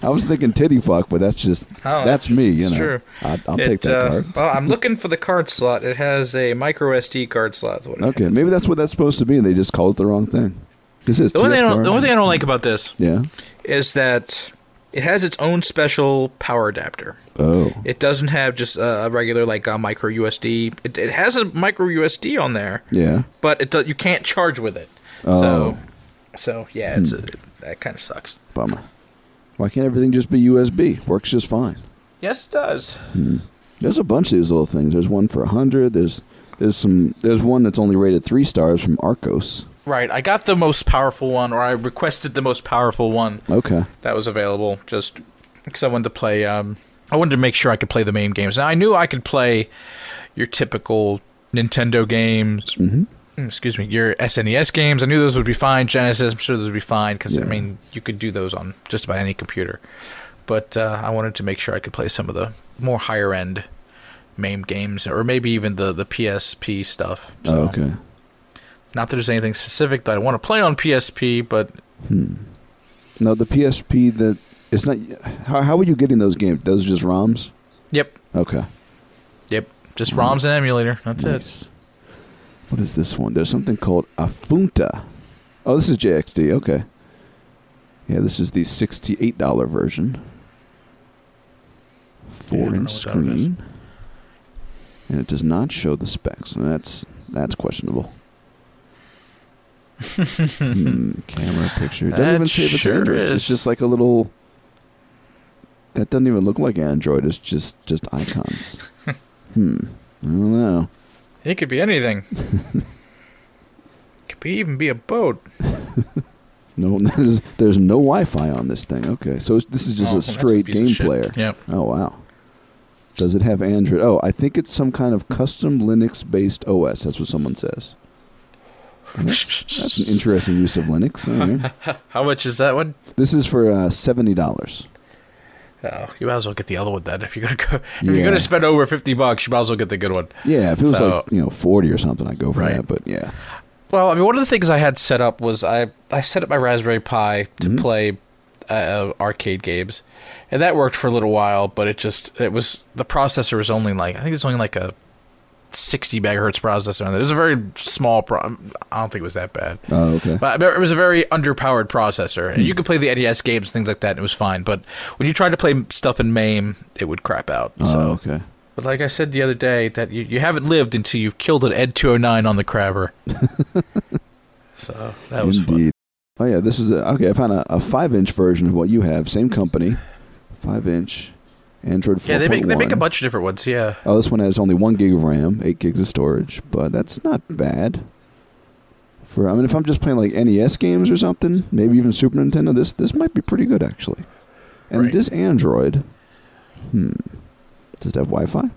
Speaker 1: i was thinking titty fuck but that's just
Speaker 3: Oh,
Speaker 1: that's me you
Speaker 3: it's
Speaker 1: know
Speaker 3: true.
Speaker 1: I, i'll
Speaker 3: It,
Speaker 1: take that
Speaker 3: uh,
Speaker 1: card
Speaker 3: Well, I'm looking for the card slot. It has a micro SD card slot. Is what it is.
Speaker 1: okay maybe that's what that's supposed to be and they just called it the wrong thing this is
Speaker 3: The one,
Speaker 1: TF
Speaker 3: thing I don't,
Speaker 1: card.
Speaker 3: the one thing I don't like about this
Speaker 1: yeah
Speaker 3: is that it has its own special power adapter.
Speaker 1: oh
Speaker 3: It doesn't have just a a regular like a micro USB. It, it has a micro USB on there,
Speaker 1: yeah
Speaker 3: but it do, you can't charge with it.
Speaker 1: Oh. Hmm.
Speaker 3: So, so yeah, it's a, that kind of sucks.
Speaker 1: bummer why can't everything just be usb works just fine
Speaker 3: Yes, it does.
Speaker 1: There's a bunch of these little things. There's one for hundred. There's there's some there's one that's only rated three stars from Arcos.
Speaker 3: Right, I got the most powerful one, or I requested the most powerful one.
Speaker 1: Okay.
Speaker 3: that was available just because I wanted to play. Um, I wanted to make sure I could play the main games. Now I knew I could play your typical Nintendo games.
Speaker 1: Mm-hmm.
Speaker 3: Mm, Excuse me, your SNES games. I knew those would be fine. Genesis, I'm sure those would be fine because
Speaker 1: Yeah.
Speaker 3: I mean you could do those on just about any computer. But uh, I wanted to make sure I could play some of the more higher end main games, or maybe even the the PSP stuff.
Speaker 1: Oh,
Speaker 3: So,
Speaker 1: okay.
Speaker 3: Not that there's anything specific that I want to play on PSP, but
Speaker 1: No, the PSP that it's not. How how are you getting those games? Those are just ROMs.
Speaker 3: yep,
Speaker 1: Okay.
Speaker 3: yep, just
Speaker 1: Mm.
Speaker 3: ROMs and emulator. That's it.
Speaker 1: What is this one? There's something called Afunta. Oh, this is JXD. Okay. Yeah, this is the sixty-eight dollar version.
Speaker 3: Yeah, I don't know
Speaker 1: Four-inch
Speaker 3: what that one is.
Speaker 1: screen, and it does not show the specs. and That's that's questionable. Hmm, camera picture. It doesn't
Speaker 3: That
Speaker 1: even say if it's
Speaker 3: sure
Speaker 1: Android. It's
Speaker 3: is.
Speaker 1: just like a little. That doesn't even look like Android. It's just just icons. hmm. I don't know.
Speaker 3: It could be anything. could be even be a boat.
Speaker 1: No, there's, there's no Wi-Fi on this thing. Okay, so it's- this is just
Speaker 3: Oh,
Speaker 1: a
Speaker 3: that's
Speaker 1: straight
Speaker 3: piece of
Speaker 1: game
Speaker 3: shit.
Speaker 1: player.
Speaker 3: Yep.
Speaker 1: Oh wow. Does it have Android? Oh, I think it's some kind of custom Linux-based OS. That's what someone says. That's, that's an interesting use of Linux. All right.
Speaker 3: How much is that one?
Speaker 1: This is for uh, seventy dollars.
Speaker 3: Oh, you might as well get the other one then. If you're gonna go, if
Speaker 1: Yeah.
Speaker 3: you're gonna spend over fifty bucks, you might as well get the good one.
Speaker 1: Yeah, if it was
Speaker 3: So-
Speaker 1: like you know forty or something, I'd go for
Speaker 3: Right.
Speaker 1: that. But yeah,
Speaker 3: Well, I mean, one of the things I had set up was I I set up my Raspberry Pi to
Speaker 1: Mm-hmm.
Speaker 3: play uh, uh, arcade games, and that worked for a little while. But it just it was the processor was only like I think it's only like a 60 megahertz processor on there. It was a very small pro. I don't think it was that bad.
Speaker 1: Oh, Hmm. okay.
Speaker 3: But I remember it was a very underpowered processor, and you could play the NES games things like that, and it was fine. But when you tried to play stuff in MAME, it would crap out. So,
Speaker 1: oh, okay.
Speaker 3: but like I said the other day, that you, you haven't lived until you've killed an Ed 209 on the crabber. so that was fun.
Speaker 1: Indeed. Oh yeah, this is a, okay. I found a, a five-inch version of what you have. Same company, five-inch Android. 4.1.
Speaker 3: Yeah, they make they make a bunch of different ones. Yeah,
Speaker 1: Oh, this one has only one gig of RAM, eight gigs of storage, but that's not bad. For I mean, if I'm just playing like NES games or something, maybe even Super Nintendo, this this might be pretty good actually. And
Speaker 3: Right.
Speaker 1: this Android, hmm, does it have Wi-Fi?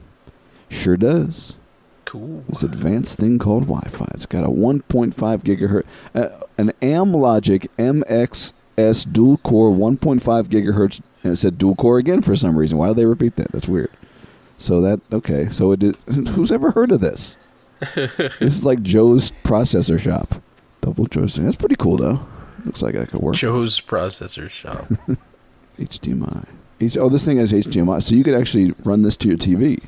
Speaker 1: Sure does.
Speaker 3: cool.
Speaker 1: This advanced thing called Wi-Fi. It's got a 1.5 gigahertz, uh, an AmLogic MXS dual core 1.5 gigahertz, and it said dual core again for some reason. Why do they repeat that? That's weird. So that okay. So it did, who's ever heard of this? this is like Joe's processor shop. Double joystick. That's pretty cool though. Looks like that could work.
Speaker 3: Joe's processor shop.
Speaker 1: HDMI. H- oh, this thing has HDMI, so you could actually run this to your TV.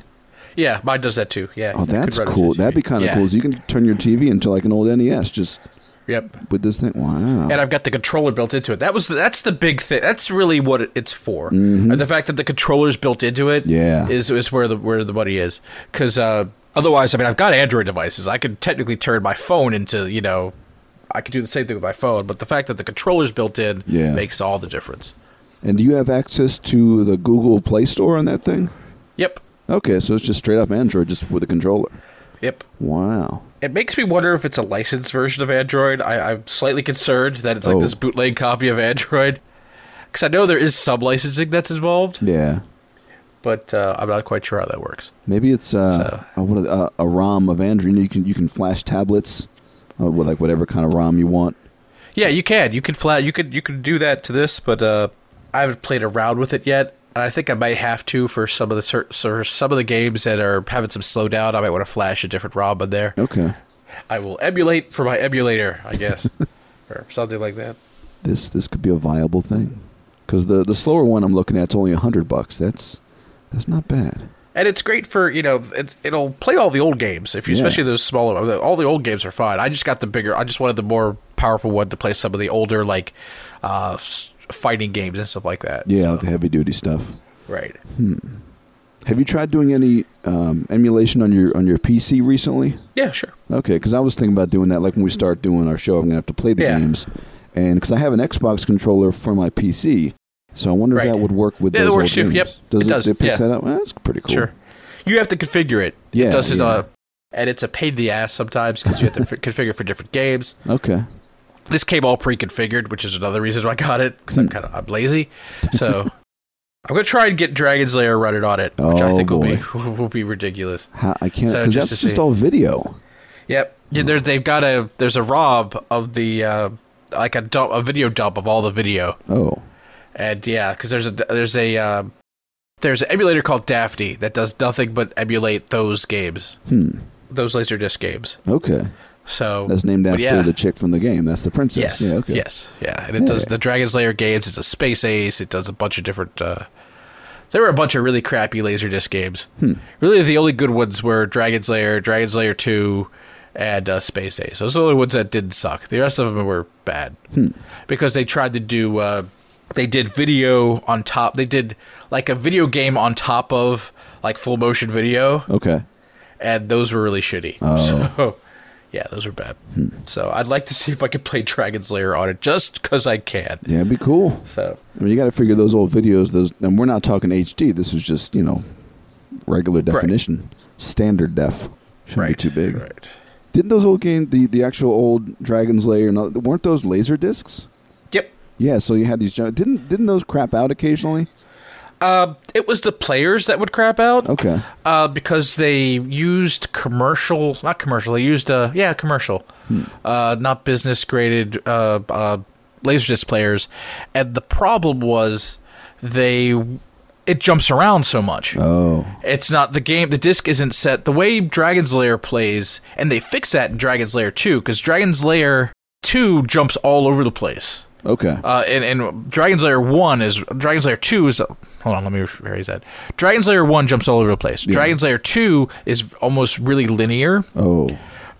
Speaker 3: yeah, mine does that too. Yeah.
Speaker 1: Oh,
Speaker 3: you could
Speaker 1: that's
Speaker 3: run it
Speaker 1: cool.
Speaker 3: as you-
Speaker 1: That'd be kind of
Speaker 3: yeah.
Speaker 1: cool. So you can turn your TV into like an old NES. Just
Speaker 3: Yep.
Speaker 1: with this thing. Wow.
Speaker 3: and I've got the controller built into it. That was that's the big thing. That's really what it- it's for. And the fact that the controller's built into it
Speaker 1: Mm-hmm. Yeah.
Speaker 3: is is where the where the money is. Because uh, otherwise, I mean, I've got Android devices. I could technically turn my phone into you know, I could do the same thing with my phone. But the fact that the controller's built in
Speaker 1: Yeah.
Speaker 3: makes all the difference.
Speaker 1: and do you have access to the Google Play Store on that thing?
Speaker 3: Yep.
Speaker 1: Okay, so it's just straight up Android, just with a controller.
Speaker 3: Yep.
Speaker 1: Wow.
Speaker 3: It makes me wonder if it's a licensed version of Android. I, I'm slightly concerned that it's like
Speaker 1: Oh.
Speaker 3: this bootleg copy of Android. Because I know there is sub licensing that's involved,
Speaker 1: Yeah.
Speaker 3: but uh, I'm not quite sure how that works.
Speaker 1: Maybe it's uh, a, what are the- uh, a ROM of Android. You, know, you can you can flash tablets, uh, with like whatever kind of ROM you want.
Speaker 3: Yeah, you can. You could flat. You could. You could do that to this, but uh, I haven't played around with it yet. And I think I might have to for some of the cer- for some of the games that are having some slowdown. I might want to flash a different ROM in there.
Speaker 1: Okay.
Speaker 3: I will emulate for my emulator, I guess, or something like that.
Speaker 1: This this could be a viable thing, because the the slower one I'm looking at is only hundred bucks. That's that's not bad.
Speaker 3: And it's great for you know it, it'll play all the old games if you
Speaker 1: Yeah.
Speaker 3: especially those smaller all the old games are fine. I just got the bigger. I just wanted the more powerful one to play some of the older like uh, s- fighting games and stuff like that.
Speaker 1: Yeah,
Speaker 3: So,
Speaker 1: like the heavy duty stuff.
Speaker 3: right.
Speaker 1: Have you tried doing any um, emulation on your on your PC recently?
Speaker 3: Yeah, sure.
Speaker 1: Okay, because I was thinking about doing that. Like when we start doing our show, I'm gonna have to play the
Speaker 3: Yeah.
Speaker 1: games, and because I have an Xbox controller for my PC, so I wonder if
Speaker 3: Right.
Speaker 1: that would work with
Speaker 3: Yeah, that
Speaker 1: those
Speaker 3: works
Speaker 1: old
Speaker 3: too.
Speaker 1: games.
Speaker 3: Yep,
Speaker 1: does
Speaker 3: it
Speaker 1: it,
Speaker 3: does.
Speaker 1: It picks
Speaker 3: Yeah.
Speaker 1: that up. Well, that's pretty cool.
Speaker 3: Sure. You have to configure it.
Speaker 1: Yeah,
Speaker 3: it doesn't,
Speaker 1: yeah.
Speaker 3: uh, and it's a pain in the ass sometimes because you have to f- configure for different games.
Speaker 1: Okay.
Speaker 3: This came all pre-configured, which is another reason why I got it because I'm
Speaker 1: Hmm.
Speaker 3: kind of I'm lazy. So I'm gonna try and get Dragon's Lair running on it, which I
Speaker 1: Oh,
Speaker 3: think
Speaker 1: boy.
Speaker 3: will be will be ridiculous.
Speaker 1: How, I can't
Speaker 3: So
Speaker 1: because
Speaker 3: just
Speaker 1: that's
Speaker 3: to
Speaker 1: just
Speaker 3: see.
Speaker 1: all video.
Speaker 3: Yep. Yeah, there, they've got a there's a rob of the uh, like a dump a video dump of all the video.
Speaker 1: Oh,
Speaker 3: And yeah, because there's a there's a um, there's an emulator called Daphne that does nothing but emulate those games,
Speaker 1: hmm.
Speaker 3: those Laserdisc games.
Speaker 1: Okay,
Speaker 3: So
Speaker 1: that's named
Speaker 3: but
Speaker 1: after
Speaker 3: yeah.
Speaker 1: the chick from the game. That's the princess.
Speaker 3: Yes.
Speaker 1: Yeah. Okay.
Speaker 3: Yes. Yeah. And it does
Speaker 1: Yeah.
Speaker 3: the Dragon's Lair games. It's a Space Ace. It does a bunch of different. Uh, there were a bunch of really crappy Laserdisc games.
Speaker 1: Hmm.
Speaker 3: Really, the only good ones were Dragon's Lair, Dragon's Lair 2, and uh, Space Ace. Those are the only ones that didn't suck. The rest of them were bad.
Speaker 1: Hmm.
Speaker 3: Because they tried to do. Uh, they did video on top. They did like a video game on top of like full motion video
Speaker 1: Okay.
Speaker 3: and those were really shitty.
Speaker 1: Oh.
Speaker 3: So, yeah, those were bad.
Speaker 1: Hmm.
Speaker 3: So I'd like to see if I could play Dragon's Lair on it just because I can.
Speaker 1: Yeah, it'd be cool.
Speaker 3: So
Speaker 1: I mean, you got to figure those old videos. Those, and we're not talking HD. This is just you know, regular definition, standard def. Shouldn't be too big.
Speaker 3: Right.
Speaker 1: Didn't those old game the the actual old Dragon's Lair and all- weren't those laser discs?
Speaker 3: Yep.
Speaker 1: Yeah, so you had these giant. Didn't didn't those crap out occasionally?
Speaker 3: Um, it was the players that would crap out.
Speaker 1: Okay.
Speaker 3: Uh, because they used commercial, not commercial. They used uh, yeah, commercial,
Speaker 1: Hmm.
Speaker 3: uh, not business graded uh, uh, laserdisc players, and the problem was they it jumps around so much.
Speaker 1: Oh,
Speaker 3: It's not the game. The disc isn't set the way Dragon's Lair plays, and they fix that in Dragon's Lair 2 because Dragon's Lair 2 jumps all over the place.
Speaker 1: Okay.
Speaker 3: Uh, and, and Dragon's Lair 1 is. Dragon's Lair 2 is. Hold on, let me rephrase that. Dragon's Lair 1 jumps all over the place. Dragon's Lair 2 is almost really linear.
Speaker 1: oh.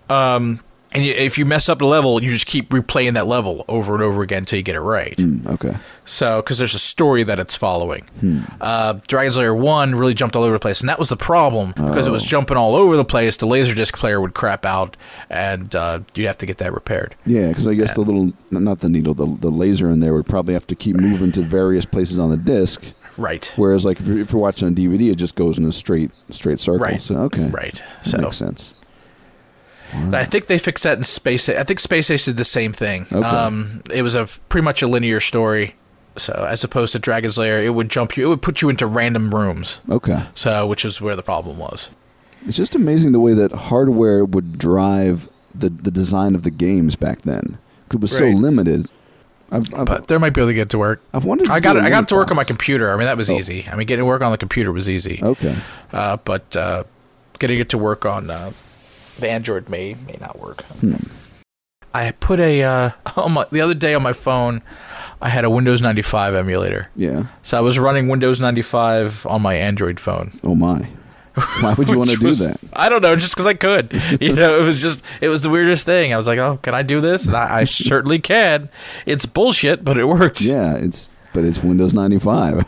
Speaker 3: Um, and you, if you mess up the level, you just keep replaying that level over and over again until you get it right.
Speaker 1: Mm, Okay.
Speaker 3: So, because there's a story that it's following.
Speaker 1: Hmm.
Speaker 3: Uh, Dragon's Lair 1 really jumped all over the place, and that was the problem because it
Speaker 1: Oh.
Speaker 3: was jumping all over the place. The Laserdisc player would crap out, and uh, you'd have to get that repaired.
Speaker 1: Yeah, because I guess the little, n- not the needle, the, the laser in there would probably have to keep moving to various places on the disc.
Speaker 3: Right.
Speaker 1: Whereas, like, if you're, if you're watching a DVD, it just goes in a straight, straight circle.
Speaker 3: Right.
Speaker 1: So, okay.
Speaker 3: Right.
Speaker 1: That
Speaker 3: So,
Speaker 1: makes sense.
Speaker 3: I think they fixed that in Space Ace. I think Space Ace did the same thing.
Speaker 1: Okay.
Speaker 3: Um, it was a pretty much a linear story. So, as opposed to Dragon's Lair, it would jump you, it would put you into random rooms.
Speaker 1: Okay.
Speaker 3: So, which is where the problem was.
Speaker 1: It's just amazing the way that hardware would drive the, the design of the games back then. 'Cause it was
Speaker 3: Right.
Speaker 1: so limited. I've, I've,
Speaker 3: But there might be able to get to work.
Speaker 1: I've wondered. if
Speaker 3: I got
Speaker 1: they
Speaker 3: I got to work on my
Speaker 1: mini-pods.
Speaker 3: computer. I mean that was
Speaker 1: Oh.
Speaker 3: easy. I mean getting to work on the computer was easy.
Speaker 1: Okay.
Speaker 3: Uh, but uh, getting it to work on uh, the Android may may not work.
Speaker 1: Hmm.
Speaker 3: I put a uh, on my, the other day on my phone. I had a Windows 95 emulator,
Speaker 1: Yeah.
Speaker 3: so I was running Windows 95 on my Android phone.
Speaker 1: Oh my. Why would you want to
Speaker 3: which
Speaker 1: do
Speaker 3: was-
Speaker 1: that?
Speaker 3: I don't know, just because I could. You know, it was just it was the weirdest thing. I was like, oh, can I do this? And I, I certainly can. It's bullshit, but it worked.
Speaker 1: Yeah, it's but it's Windows 95.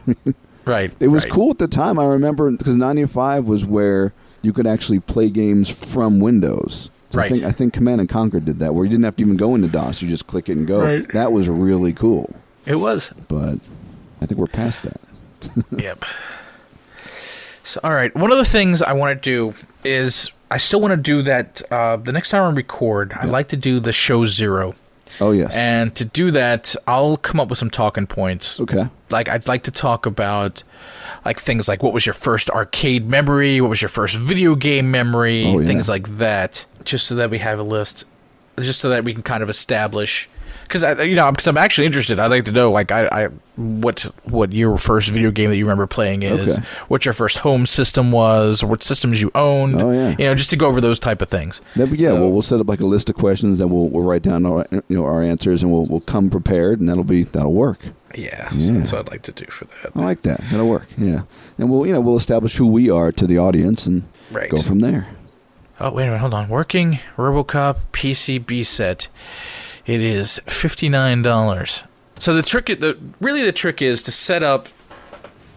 Speaker 3: Right.
Speaker 1: it was
Speaker 3: right.
Speaker 1: cool at the time. I remember because 95 was where you could actually play games from Windows. So I
Speaker 3: Right.
Speaker 1: think, I think Command and Conquer did that, where you didn't have to even go into DOS. You just click it and go.
Speaker 3: Right.
Speaker 1: That was really cool.
Speaker 3: It was.
Speaker 1: But I think we're past that.
Speaker 3: Yep. So, all right. One of the things I want to do is I still want to do that. Uh, the next time I record, I'd like to do the show zero.
Speaker 1: Oh yes.
Speaker 3: And to do that, I'll come up with some talking points.
Speaker 1: okay.
Speaker 3: Like I'd like to talk about like things like what was your first arcade memory, what was your first video game memory,
Speaker 1: Oh, yeah.
Speaker 3: things like that, just so that we have a list, just so that we can kind of establish. Because I, you know, because I'm actually interested. I'd like to know, like, I, I, what, what your first video game that you remember playing is,
Speaker 1: Okay.
Speaker 3: what your first home system was, or what systems you owned.
Speaker 1: Oh, yeah.
Speaker 3: You know, just to go over those type of things.
Speaker 1: Then, yeah.
Speaker 3: So-
Speaker 1: well, we'll set up like a list of questions, and we'll we'll write down our you know our answers, and we'll we'll come prepared, and that'll be that'll work.
Speaker 3: yeah. So
Speaker 1: Yeah.
Speaker 3: that's what I'd like to do for that.
Speaker 1: I like that. That'll work. Yeah. And we'll you know we'll establish who we are to the audience and
Speaker 3: Right.
Speaker 1: go from there.
Speaker 3: Oh, wait a minute, hold on. Working Robocop PCB set. It is $59. So the trick the really the trick is to set up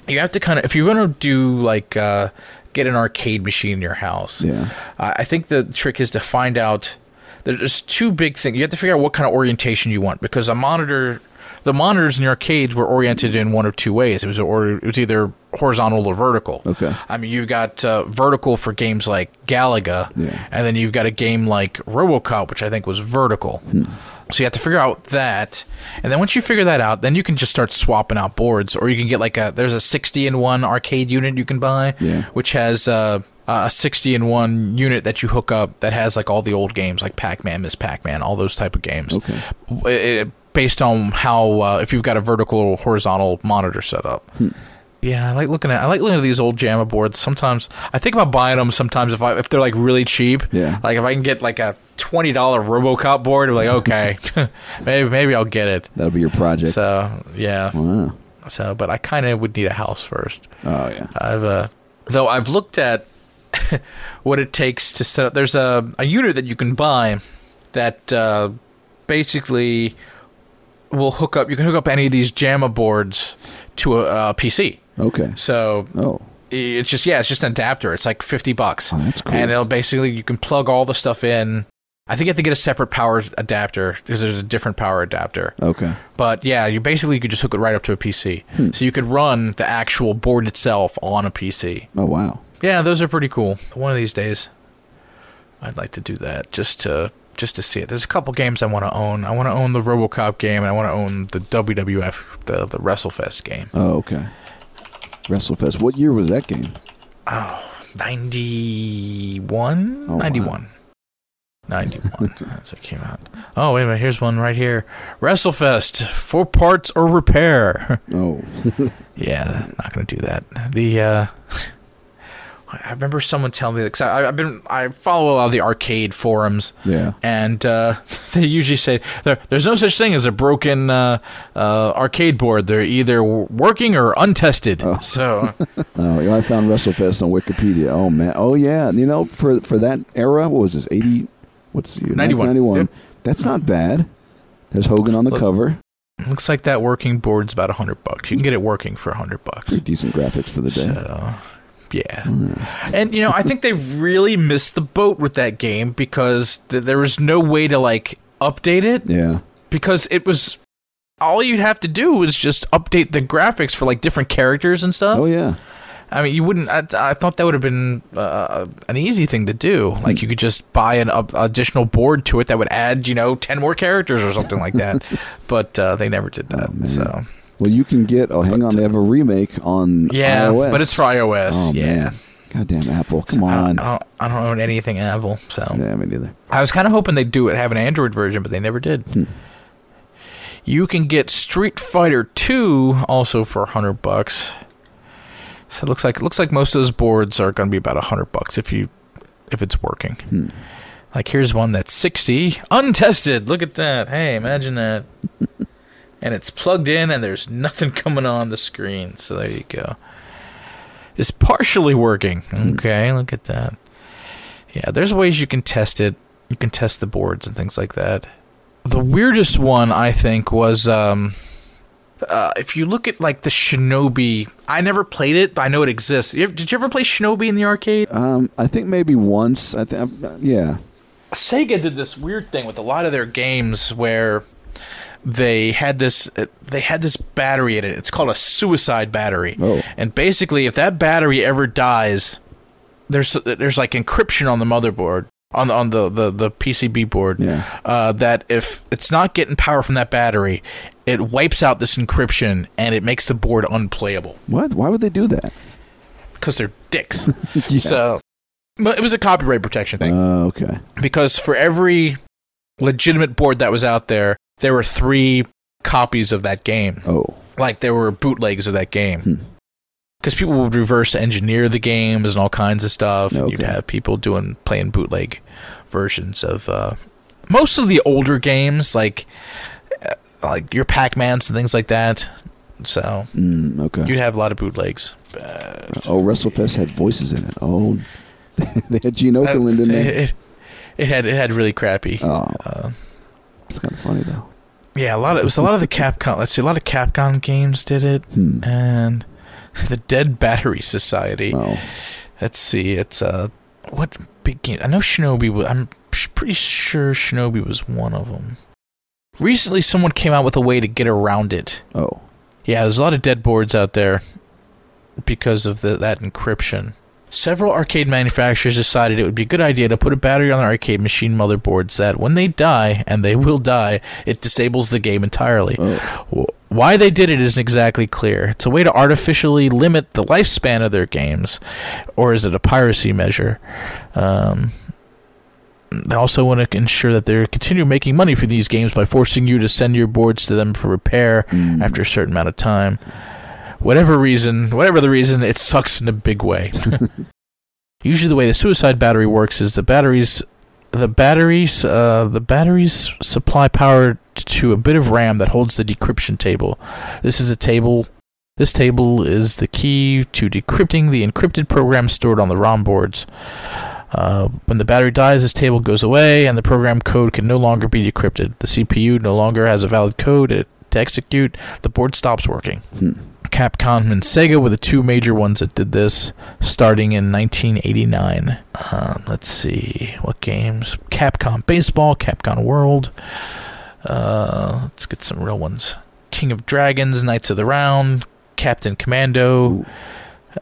Speaker 3: you have to kind of if you're going to do like uh get an arcade machine in your house.
Speaker 1: Yeah.
Speaker 3: I I think the trick is to find out there's two big things. You have to figure out what kind of orientation you want because a monitor the monitors in the arcades were oriented in one of two ways. It was or it was either horizontal or vertical.
Speaker 1: Okay.
Speaker 3: I mean, you've got uh, vertical for games like Galaga,
Speaker 1: Yeah.
Speaker 3: and then you've got a game like RoboCop, which I think was vertical.
Speaker 1: Hmm.
Speaker 3: So you have to figure out that, and then once you figure that out, then you can just start swapping out boards, or you can get like a there's a sixty in one arcade unit you can buy,
Speaker 1: Yeah.
Speaker 3: which has uh, a sixty in one unit that you hook up that has like all the old games like Pac Man, Miss Pac Man, all those type of games.
Speaker 1: Okay.
Speaker 3: It- it- based on how uh, if you've got a vertical or horizontal monitor set up. Yeah, I like looking at I like looking at these old JAMA boards. Sometimes I think about buying them. Sometimes if I if they're like really cheap,
Speaker 1: Yeah.
Speaker 3: Like if I can get like a twenty dollar RoboCop board, I'm like okay, maybe maybe I'll get it.
Speaker 1: That'll be your project.
Speaker 3: So yeah,
Speaker 1: wow.
Speaker 3: so but I kind of would need a house first.
Speaker 1: Oh yeah.
Speaker 3: I've uh, though I've looked at what it takes to set up. There's a a unit that you can buy that uh, basically will hook up. You can hook up any of these JAMA boards to a, a PC.
Speaker 1: Okay.
Speaker 3: So
Speaker 1: Oh.
Speaker 3: it's just yeah, it's just an adapter. It's like fifty bucks,
Speaker 1: Oh, that's cool.
Speaker 3: and it'll basically you can plug all the stuff in. I think you have to get a separate power adapter because there's a different power adapter.
Speaker 1: Okay.
Speaker 3: But yeah, you basically could just hook it right up to a PC,
Speaker 1: Hmm.
Speaker 3: so you could run the actual board itself on a PC.
Speaker 1: Oh wow.
Speaker 3: Yeah, those are pretty cool. One of these days, I'd like to do that just to just to see it. There's a couple games I want to own. I want to own the RoboCop game, and I want to own the WWF the the WrestleFest game.
Speaker 1: Oh okay. WrestleFest. What year was that game?
Speaker 3: Oh, 91?
Speaker 1: Oh, wow.
Speaker 3: 91. 91. That's what came out. Oh, wait a minute. Here's one right here WrestleFest, for parts or repair.
Speaker 1: Oh.
Speaker 3: yeah, not going to do that. The, uh, I remember someone telling me because I've been I follow a lot of the arcade forums.
Speaker 1: Yeah.
Speaker 3: and uh, they usually say there, there's no such thing as a broken uh, uh, arcade board. They're either working or untested. So
Speaker 1: Oh, yeah, I found WrestleFest on Wikipedia. Oh man, oh yeah, you know for for that era, what was this? Eighty, what's the year?
Speaker 3: 91.
Speaker 1: 1991.
Speaker 3: Yep.
Speaker 1: That's not bad. There's Hogan on the
Speaker 3: Look.
Speaker 1: cover.
Speaker 3: looks like that working board's about hundred bucks. You can get it working for hundred bucks.
Speaker 1: Pretty decent graphics for the day.
Speaker 3: So, yeah.
Speaker 1: Mm-hmm.
Speaker 3: And, you know, I think they really missed the boat with that game because th- there was no way to, like, update it
Speaker 1: Yeah,
Speaker 3: because it was. All you'd have to do was just update the graphics for, like, different characters and stuff.
Speaker 1: Oh yeah,
Speaker 3: I mean, you wouldn't. I, I thought that would have been uh, an easy thing to do.
Speaker 1: Mm-hmm.
Speaker 3: Like, you could just buy an up, additional board to it that would add, you know, 10 more characters or something like that. But uh, they never did
Speaker 1: Oh,
Speaker 3: that. so.
Speaker 1: Well, you can get. Oh, hang on, they have a remake on
Speaker 3: Yeah,
Speaker 1: iOS.
Speaker 3: but it's for iOS.
Speaker 1: Oh
Speaker 3: yeah.
Speaker 1: man, goddamn Apple! Come
Speaker 3: I
Speaker 1: on.
Speaker 3: don't, I, don't, I don't own anything Apple, so
Speaker 1: Yeah, me neither.
Speaker 3: I was kind of hoping they'd do it, have an Android version, but they never did. You can get Street Fighter Two also for hundred bucks. So it looks like it looks like most of those boards are going to be about hundred bucks if you if it's working. Like here's one that's sixty untested. Look at that. Hey, imagine that. and it's plugged in, and there's nothing coming on the screen. So there you go. It's partially working. Okay, look at that. Yeah, there's ways you can test it. You can test the boards and things like that. The weirdest one I think was um, uh, if you look at like the Shinobi. I never played it, but I know it exists. You- Did you ever play Shinobi in the arcade?
Speaker 1: Um, I think maybe once. I think. Yeah.
Speaker 3: Sega did this weird thing with a lot of their games where they had this uh, they had this battery in it. It's called a suicide battery.
Speaker 1: Oh.
Speaker 3: And basically, if that battery ever dies, there's there's like encryption on the motherboard on the, on the, the, the PCB board
Speaker 1: Yeah.
Speaker 3: uh, that if it's not getting power from that battery, it wipes out this encryption and it makes the board unplayable
Speaker 1: What? Why would they do that?
Speaker 3: because they're dicks. So, but it was a copyright protection thing
Speaker 1: Uh, okay.
Speaker 3: because for every legitimate board that was out there, there were three copies of that game.
Speaker 1: Oh.
Speaker 3: Like there were bootlegs of that
Speaker 1: Hmm.
Speaker 3: game. Because people would reverse engineer the games and all kinds of stuff. and You'd
Speaker 1: Okay.
Speaker 3: have people doing playing bootleg versions of uh, most of the older games, like uh, like your Pac-Mans and things like that. So
Speaker 1: Mm, okay.
Speaker 3: you'd have a lot of bootlegs.
Speaker 1: Oh, WrestleFest had voices in it. Oh, they had Gene Okerlund in
Speaker 3: Uh,
Speaker 1: there.
Speaker 3: it, it had it had really crappy.
Speaker 1: Oh,
Speaker 3: Uh,
Speaker 1: it's kind of funny though.
Speaker 3: Yeah, a lot of it was a lot of the Capcom. Let's see, a lot of Capcom games did it,
Speaker 1: Hmm.
Speaker 3: and the Dead Battery Society.
Speaker 1: Oh,
Speaker 3: Let's see, it's uh, what big game? I know Shinobi. Was, I'm sh- pretty sure Shinobi was one of them. Recently, someone came out with a way to get around it.
Speaker 1: oh,
Speaker 3: Yeah, there's a lot of dead boards out there because of the, that encryption. Several arcade manufacturers decided it would be a good idea to put a battery on their arcade machine motherboards that, when they die, and they will die, it disables the game entirely.
Speaker 1: oh.
Speaker 3: Wh- Why they did it isn't exactly clear. It's a way to artificially limit the lifespan of their games, or is it a piracy measure? Um, they also want to ensure that they continue making money for these games by forcing you to send your boards to them for repair
Speaker 1: hmm.
Speaker 3: after a certain amount of time. Whatever reason, whatever the reason, it sucks in a big way. Usually, the way the suicide battery works is the batteries the batteries uh, the batteries supply power t- to a bit of RAM that holds the decryption table. This is a table. This table is the key to decrypting the encrypted program stored on the ROM boards. Uh, when the battery dies, this table goes away, and the program code can no longer be decrypted. The CPU no longer has a valid code to to execute. The board stops working.
Speaker 1: Hmm.
Speaker 3: Capcom and Sega were the two major ones that did this, starting in 1989. Um, let's see what games: Capcom Baseball, Capcom World. Uh, let's get some real ones: King of Dragons, Knights of the Round, Captain Commando,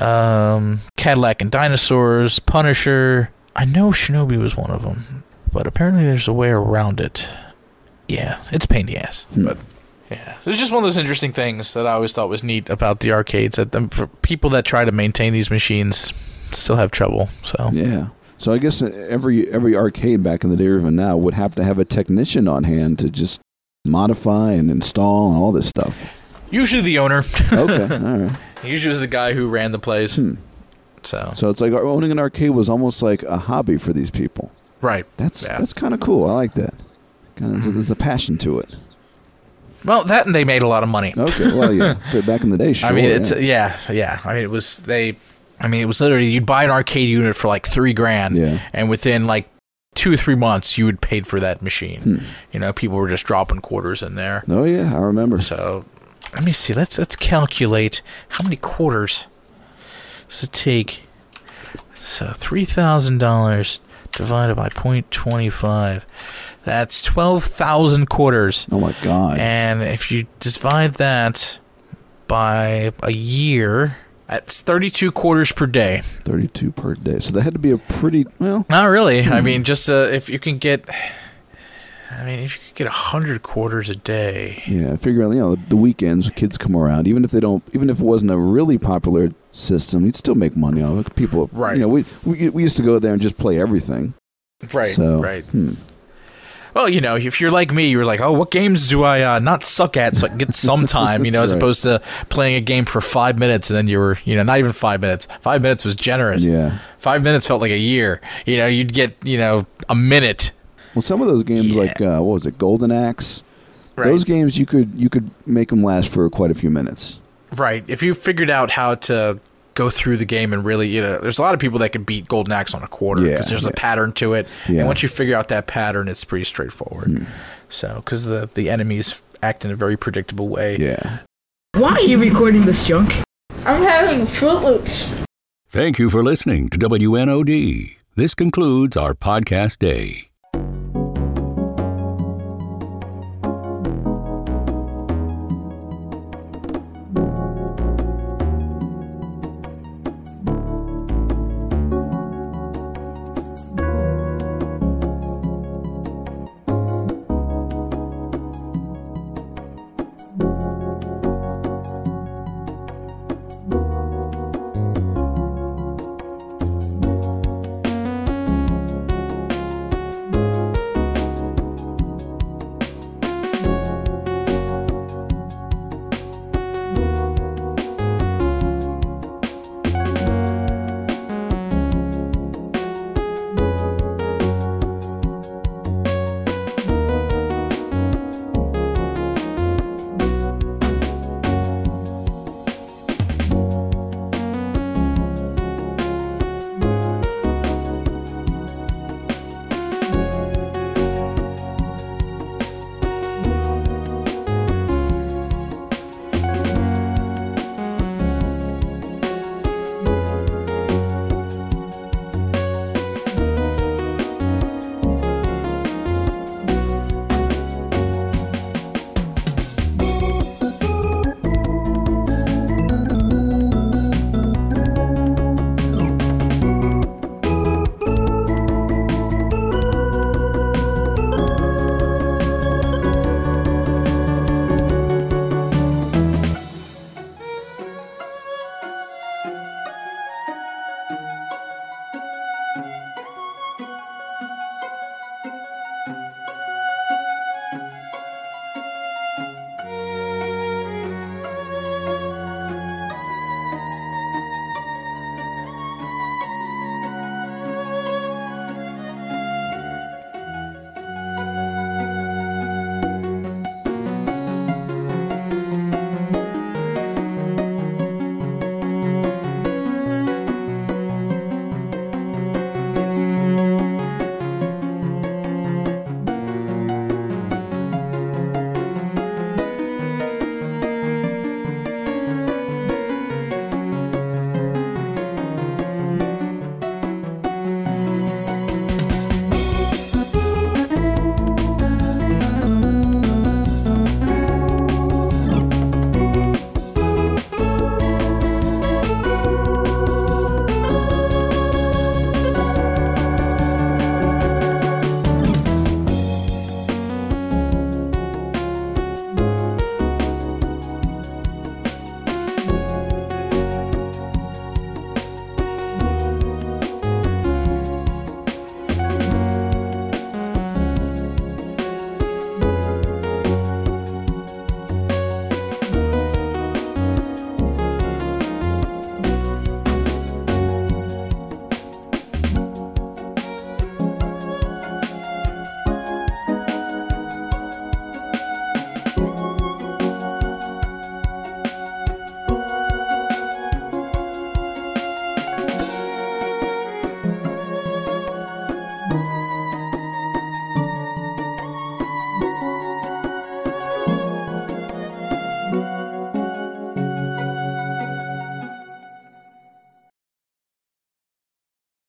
Speaker 3: um, Cadillac and Dinosaurs, Punisher. I know Shinobi was one of them, but apparently there's a way around it. Yeah, it's a pain in the ass.
Speaker 1: hmm.
Speaker 3: But yeah, so it's just one of those interesting things that I always thought was neat about the arcades that the, for people that try to maintain these machines still have trouble. So
Speaker 1: yeah. So I guess every every arcade back in the day, or even now, would have to have a technician on hand to just modify and install and all this stuff.
Speaker 3: usually the owner,
Speaker 1: Okay, all right.
Speaker 3: usually it was the guy who ran the place.
Speaker 1: Hmm.
Speaker 3: So,
Speaker 1: So it's like owning an arcade was almost like a hobby for these people.
Speaker 3: right.
Speaker 1: That's
Speaker 3: Yeah.
Speaker 1: that's kind of cool. I like that. Kind of, there's a passion to it.
Speaker 3: well, that and they made a lot of money.
Speaker 1: Okay, well, yeah, for back in the day, sure.
Speaker 3: I mean, it's
Speaker 1: yeah.
Speaker 3: yeah, yeah. I mean, it was they. I mean, it was literally you'd buy an arcade unit for like three grand,
Speaker 1: Yeah.
Speaker 3: and within like two or three months, you had paid for that machine.
Speaker 1: Hmm.
Speaker 3: You know, people were just dropping quarters in there.
Speaker 1: oh yeah, I remember.
Speaker 3: So let me see. Let's let's calculate how many quarters does it take. So three thousand dollars divided by point twenty five. That's twelve thousand quarters.
Speaker 1: Oh my god.
Speaker 3: And if you divide that by a year, that's 32 quarters per day.
Speaker 1: 32 per day. So that had to be a pretty, well,
Speaker 3: Not really. I mean, just uh, if you can get, I mean, if you could get 100 quarters a day.
Speaker 1: yeah, I figure out, you know, the weekends, kids come around. Even if they don't, even if it wasn't a really popular system, you'd still make money off it. People,
Speaker 3: Right.
Speaker 1: you know, we, we, we used to go there and just play everything.
Speaker 3: Right.
Speaker 1: so,
Speaker 3: Right.
Speaker 1: hmm.
Speaker 3: Well, you know, if you're like me, you're like, oh, what games do I uh, not suck at so I can get some time, you know, as
Speaker 1: That's right.
Speaker 3: opposed to playing a game for five minutes and then you were, you know, not even five minutes. Five minutes was generous.
Speaker 1: Yeah.
Speaker 3: Five minutes felt like a year. You know, you'd get, you know, a minute.
Speaker 1: Well, some of those games,
Speaker 3: Yeah.
Speaker 1: like, uh, what was it, Golden Axe?
Speaker 3: Right.
Speaker 1: Those games, you could, you could make them last for quite a few minutes.
Speaker 3: Right. If you figured out how to go through the game and really, you know, there's a lot of people that can beat Golden Axe on a quarter
Speaker 1: Yeah,
Speaker 3: because there's a
Speaker 1: yeah.
Speaker 3: pattern to it.
Speaker 1: Yeah. Hmm.
Speaker 3: And once you figure out that pattern, it's pretty straightforward. So, because the, the enemies act in a very predictable way.
Speaker 1: Yeah.
Speaker 5: Why are you recording this junk? I'm having Fruit Loops.
Speaker 2: Thank you for listening to WNOD. This concludes our podcast day.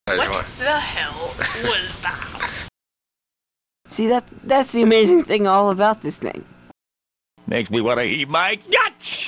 Speaker 6: What the hell was that?
Speaker 7: See, that's that's the amazing thing all about this thing.
Speaker 5: Makes me want to eat my guts!